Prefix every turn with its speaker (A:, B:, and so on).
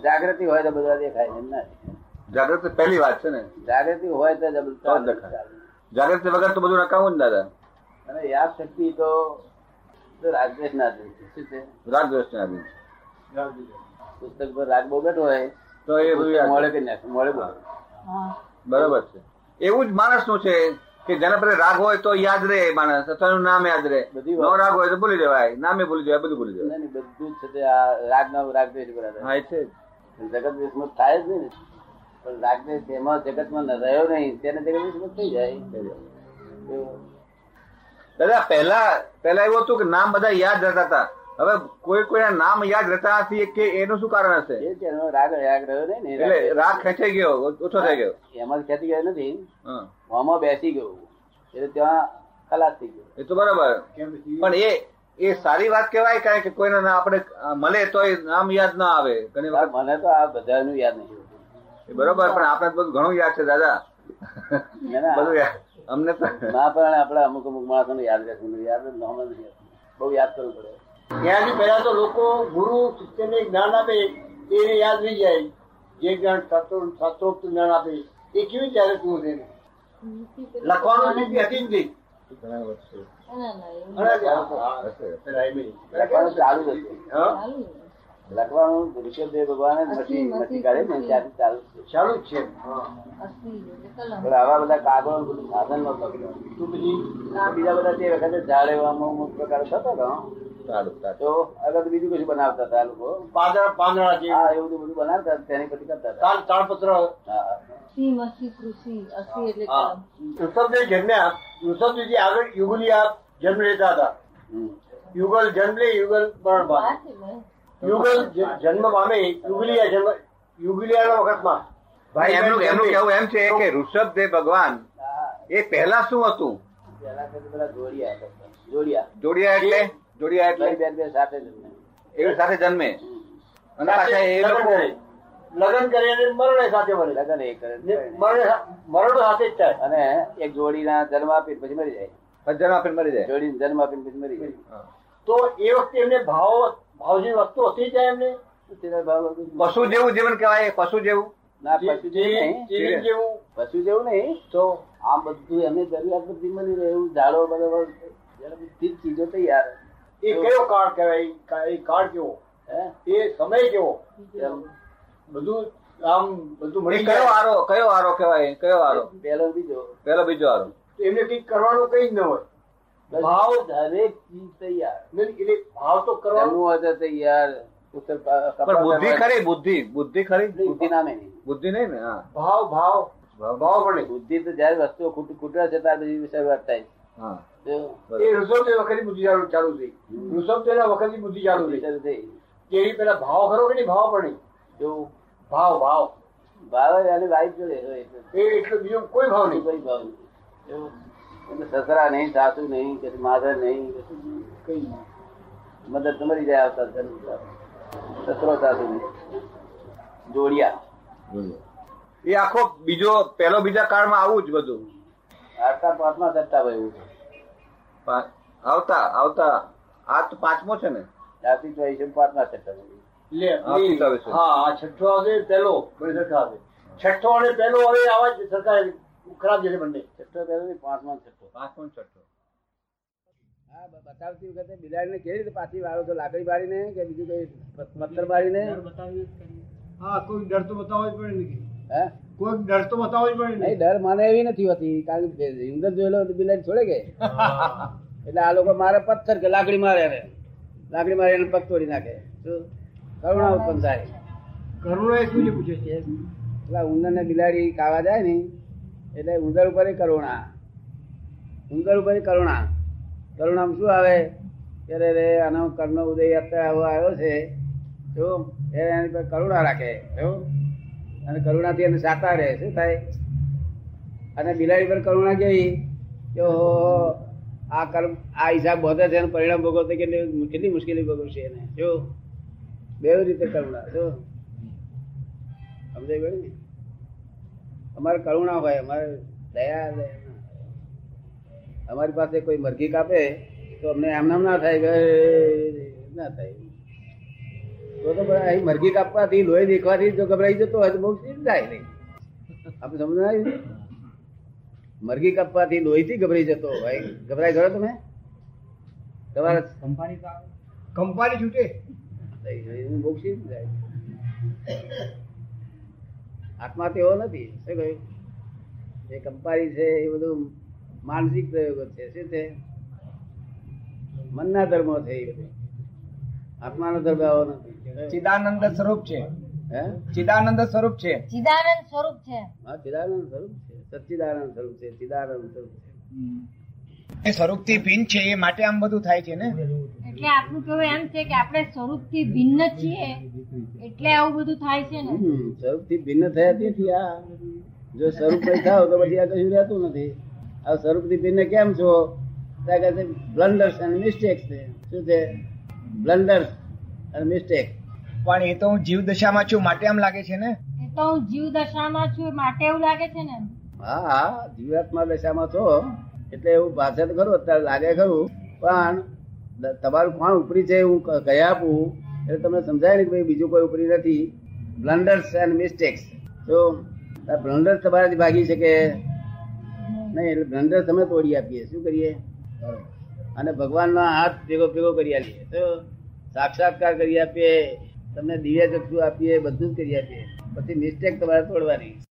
A: જાગૃતિ હોય તો બધા દેખાય એમ ના દેખાય.
B: જાગૃતિ પહેલી વાત છે ને
A: જાગૃતિ હોય તો જ બધું
B: તો જ
A: ચાલે.
B: દેખાય. જાગૃતિ વગર તો બધું નકામું જ દાદા
A: અને યાદ શક્તિ તો તો રાગદ્વેષ ના દે શું છે
B: રાગ દ્વેષ ના આધીન.
A: પુસ્તક પર રાગ બહુ બેઠો હોય
B: તો એ બધું
A: પુસ્તક મોડે
B: યાદ.
A: કરી નાખે મોડે બોલે
B: બરાબર છે એવું જ માણસનું છે કે જેના પર રાગ હોય તો યાદ રહે એ માણસ અથવા એનું નામ યાદ રહે
A: બધી
B: નો
A: વાત.
B: રાગ હોય તો ભૂલી જવાય નામે ભૂલી જવાય બધું ભૂલી જવાય
A: નહીં, નહીં, બધું જ છે તે આ રાગ ના રાગ દ્વેષ પર આધારિત.
B: હા એ છે જ.
A: જગત વિસ્મૃત થાય જ નહીં ને. પણ રાગદ્વેષ જેમાં જગતમાં ન રહ્યો નહીં તેને જગત વિસ્મૃત થઈ જાય તો
B: દાદા પહેલા પહેલા એવું હતું કે નામ બધા યાદ રહેતા હતા હવે કોઈ કોઈના નામ યાદ રહેતા નથી કે એનું શું કારણ હશે
A: એ છે એનો રાગ રાગ રહ્યો નહીં ને એ
B: એટલે
A: રાગ-
B: રાગ ખેંચાઈ ગયો ઓછો થઈ ગયો
A: એમાં ખેંચી ગયો નથી
B: હા
A: મોંમાં બેસી ગયો એટલે ત્યાં ખલાસ થઈ ગયો
B: એ તો બરાબર પણ એ એ સારી વાત કહેવાય કારણ કે કોઈને ના આપણે અ, મળે તો એ નામ યાદ ના આવે ઘણી વખત
A: મને તો આ બધાનું યાદ નહીં હોતું.
B: એ બરોબર પણ આપણે તો બધું ઘણું યાદ છે દાદા
A: ને ના,
B: બધું યાદ અમને તો
A: ના પણ આપણા અમુક અમુક માણસોને યાદ રહેતું નથી. યાદ જ નામ જ નથી. બહુ યાદ કરવું પડે
C: ત્યાંથી પહેલા તો લોકો ગુરુ શિષ્યને જ્ઞાન આપે એને યાદ રહી જાય જે જ્ઞાન શાસ્ત્રો શાસ્ત્રોક્ત જ્ઞાન આપે એ કેવી રીતે યાદ રહેતું હશે એને? લખવાનું નીતિ હતી જ નહીં
D: ના, ના, એવું
C: ઘણા જ આ- પેલા એમ નહીં.
A: લખવાનું ચાલુ જ હતું.
C: હા?
D: ચાલુ ને.
A: લખવાનું ઋષભદેવ ભગવાને મસી મસી કાઢી ને ત્યાંથી ચાલુ જ છે.
C: ચાલુ જ છે હા.
D: અસલી એટલે કલમ.
A: પણ આવા બધા કાગળો ને બધું સાધનમાં પકડ્યું.
C: તો પછી
A: બીજા બધા તે વખતે ઝાડ એવા અમુક અમુક પ્રકાર થતો હતો
B: સારું સારું
A: તો આગળ બીજું કશું બનાવતા હતા આ લોકો
C: પાંદડા પાંદડા છે
A: હા એવું બધું બનાવતા હતા, તેની પછી કરતા હતા
C: તાળ- તાળપત્ર
A: હા.
D: સી મસી કૃષિ અસલી એટલે
C: હા.
D: કલમ.
C: ઋષભદેવ જન્મ્યા ઋષભદેવજી આગળ યુગલિયા જન્મ લેતા હતા
A: હમ.
C: યુગલ જન્મ લે યુગલ મરણ પામે
D: વાત છે ભાઈ.
C: યુગલ જ- જન્મ પામે યુગલિયા જન્મ યુગલિયાના વખતમાં
B: ભાઈ એમનું એમનું કહેવું એમ છે કે ઋષભદેવ ભગવાન
A: હા.
B: એ પહેલા શું હતું
A: પહેલા કરતા પેલા જોડિયા કરતા. જોડિયા
B: જોડિયા એટલે જોડિયા
A: ભાઈ
B: એટલે
A: બેન બે સાથે જન્મે.
B: એવી સાથે જન્મે અને પાછા એ
C: લગ્ન
B: લોકો
C: કરે. લગ્ન કરી અને મરણે સાથે મળે
A: લગ્ન એ કરે ને કરે
C: ને
A: ને.
C: મરણ મરણ સાથે જ થાય
A: અને એક જોડીના જન્મ આપી પછી મરી જાય
B: ભજન આપીને મરી જાય
A: જોડીને જન્મ આપીને પછી મરી જાય
B: હા.
C: તો એ વખતે એમને ભાવ ભાવજી વસ્તુ હતી જ એમને
A: તેના ભાવ હતું.
B: પશુ જેવું જીવન કહેવાય એ પશુ જેવું
A: ના
C: જે-
A: પશુ
C: જે-
A: જેવું નહીં
C: જેવી જેવું
A: પશુ જેવું નહીં
C: તો
A: આમ બધું એમની જરૂરિયાત બધી મળી રહે એવું ઝાડો બરાબર જ્યારે બધી જ ચીજો તૈયાર
C: એ કયો કાળ કહેવાય એ કા- એ કાળ કેવો
A: હે
C: એ સમય કેવો
A: એમ.
C: બધું આમ બધું
B: એ
C: મળી
B: કયો
C: જાય
B: આરો કયો આરો કહેવાય કયો આરો
A: પહેલો બીજો
B: પેલો બીજો આરો
C: તો એમને કંઈક કરવાનું કઈ જ ન હોય
A: ભાવ દરેક ચીજ તૈયાર
C: ને એટલે ભાવ તો કરવાનો
A: જમવું હોય તો તૈયાર ઉત્તર પા-
B: પણ બુદ્ધિ
A: કપાસ
B: ખરી બુદ્ધિ બુદ્ધિ ખરી
A: બુદ્ધિ નામે નહીં
B: બુદ્ધિ નહીં ને હા
C: ભાવ ભાવ ભાવ ભણે
A: બુદ્ધિ તો જયારે વસ્તુઓ ખૂટ ખૂટે છે ત્યાર પછી શરૂઆત થાય
B: હા
A: છે.
C: એ
B: બરાબર.
C: ઋષભ વખતની બુદ્ધિ ચાલુ ચાલુ થઈ
A: હમ.
C: ઋષભ વખતની બુદ્ધિ ચાલુ થઈ
A: વિચાર થઈ.
C: એવી પેલા ભાવ ખરો કે નહીં ભાવ ભણી
A: જો
C: ભાવ ભાવ
A: ભાવ અને વાઈફ જોડે હોય એટલે
C: એ એટલો બીજો કોઈ ભાવ
A: કોઈ
C: નહીં
A: ભાવ નહીં. જો એટલે સસરા નહીં સાસુ નહીં કે માધર નહીં કશું નહીં.
C: કઈ
A: મદદ તો મરી જાય આવતા ઘર. સસરો સાસુ નહીં જોડિયા
B: એ આખો બીજો પેલો બીજા કાળમાં આવું જ બધું
A: આટલા પાંચમા સત્તા ભાઈ એવું છે
B: પા- આવતા આવતા આ તો પાંચમો છે ને
A: જાતિ ચોઈસ એમ પાંચમા સત્તા ભાઈ
C: લે
B: આ શું ચાલે છે?
C: હા આ છઠ્ઠો આવે પહેલો બળી સરખા આવે છઠ્ઠો અને પહેલો હવે આવા જ સરખા આવે. ખરાબ જશે બંને
A: છઠ્ઠો પહેલો નહીં, પાંચમા છઠ્ઠો
B: પાંચમો ને છઠ્ઠો
A: હા બ- બતાવતી વખતે બિલાડીને કેવી રીતે પાછી વાળો તો લાકડી મારીને કે બીજું કઈ પ- પથ્થર મારીને
C: હા કોઈ ડર તો બતાવો જ પડે ને
A: હે
C: કોઈ ડર તો બતાવો જ પડે
A: નહીં ડર માને એવી નથી હોતી કારણ કે ઉંદર જોયેલો તો બિલાડી છોડે કે એટલે આ લોકો મારે પથ્થર કે લાકડી મારે એને લાકડી મારી એને પગ તોડી નાખે શું? કરુણા ઉત્પન્ન થાય
C: કરુણા એ શું પૂછે છે
A: એટલે આ ઉંદરને બિલાડી ખાવા જાય ને એટલે ઉંદર ઉપર ય કરુણા ઉંદર ઉપર ય કરુણા કરુણામાં શું આવે કે રે રે આનો કરનો ઉદય અત્યારે આવો આવ્યો છે શું એ એની પર કરુણા રાખે શું અને કરુણાથી એને સાતા રહે શું થાય અને બિલાડી પર કરુણા કેવી કે ઓહો, આ કર્મ આ હિસાબ બધે છે અને પરિણામ ભોગવતો કેટલી કેટલી મુશ્કેલી ભોગવશે એને શું બે રીતે કરુણા શું સમજાય ગયું ને અમારે કરુણા હોય અમારે દયા દયા ના હોય. અમારી પાસે કોઈ મરઘી કાપે તો અમને એમનામ ના થાય કે અરે, ના થાય તો તો બધા અહીં મરઘી કાપવાથી લોહી દેખવાથી જો ગભરાઈ જતો હોય તો બહુ સીધ થાય નહીં આપણે સમજ આવી મરઘી કાપવાથી લોહીથી ગભરાઈ જતો હોય ગભરાઈ ગયો તમે તમારા
E: કંપાની તો આવે. કંપાની છૂટે
A: થઈ ગયું. એનું બહુ સીધ જાય આત્મા તેવો નથી શું કહ્યું જે કંપારી છે એ બધું માનસિક પ્રયોગો છે શું છે મનના ધર્મો છે એ બધું આત્માનો ધર્મ આવો નથી
E: ચિદાનંદ સ્વરૂપ છે
A: હે
E: ચિદાનંદ સ્વરૂપ છે
D: ચિદાનંદ સ્વરૂપ છે
A: હા ચિદાનંદ સ્વરૂપ છે સચ્ચિદાનંદ સ્વરૂપ છે ચિદાનંદ સ્વરૂપ છે
E: એ સ્વરૂપ થી ભિન્ન છે એ માટે આમ બધું થાય છે ને
D: એટલે આપણું કહેવું એમ છે કે આપણે સ્વરૂપ થી ભિન્ન છીએ એટલે આવું બધું થાય છે ને
A: હમ, સ્વરૂપથી ભિન્ન થયા તેથી આ જો સ્વરૂપ નહીં થાવ તો પછી આ કશું રહેતું નથી આ સ્વરૂપથી ભિન્ન કેમ છો ત્યાં કહે છે blunders and mistakes છે શું છે blunders and mistakes.
E: પણ એ તો હું જીવ દશામાં છું માટે આમ લાગે છે ને
D: એ તો હું જીવ દશામાં છું માટે એવું લાગે છે ને
A: હા હા જીવાત્મા દશામાં છો એટલે એવું ભાષા તો ખરું અત્યારે લાગે ખરું પણ દ- તમારું કોણ ઉપરી છે એ હું ક- કહી આપું એટલે તમને સમજાય ને કે ભાઈ બીજું કોઈ ઉપરી નથી બ્લન્ડર્સ એન્ડ મિસ્ટેક્સ તો બ્લન્ડર તમારા જ ભાગી શકે નહીં એટલે બ્લન્ડર તમે તોડી આપીએ શું કરીએ અને ભગવાનનો હાથ ભેગો ભેગો કરી આપીએ તો સાક્ષાત્કાર કરી આપીએ તમને દિવ્ય ચક્ષુ આપીએ બધું જ કરી આપીએ પછી મિસ્ટેક તમારે તોડવાની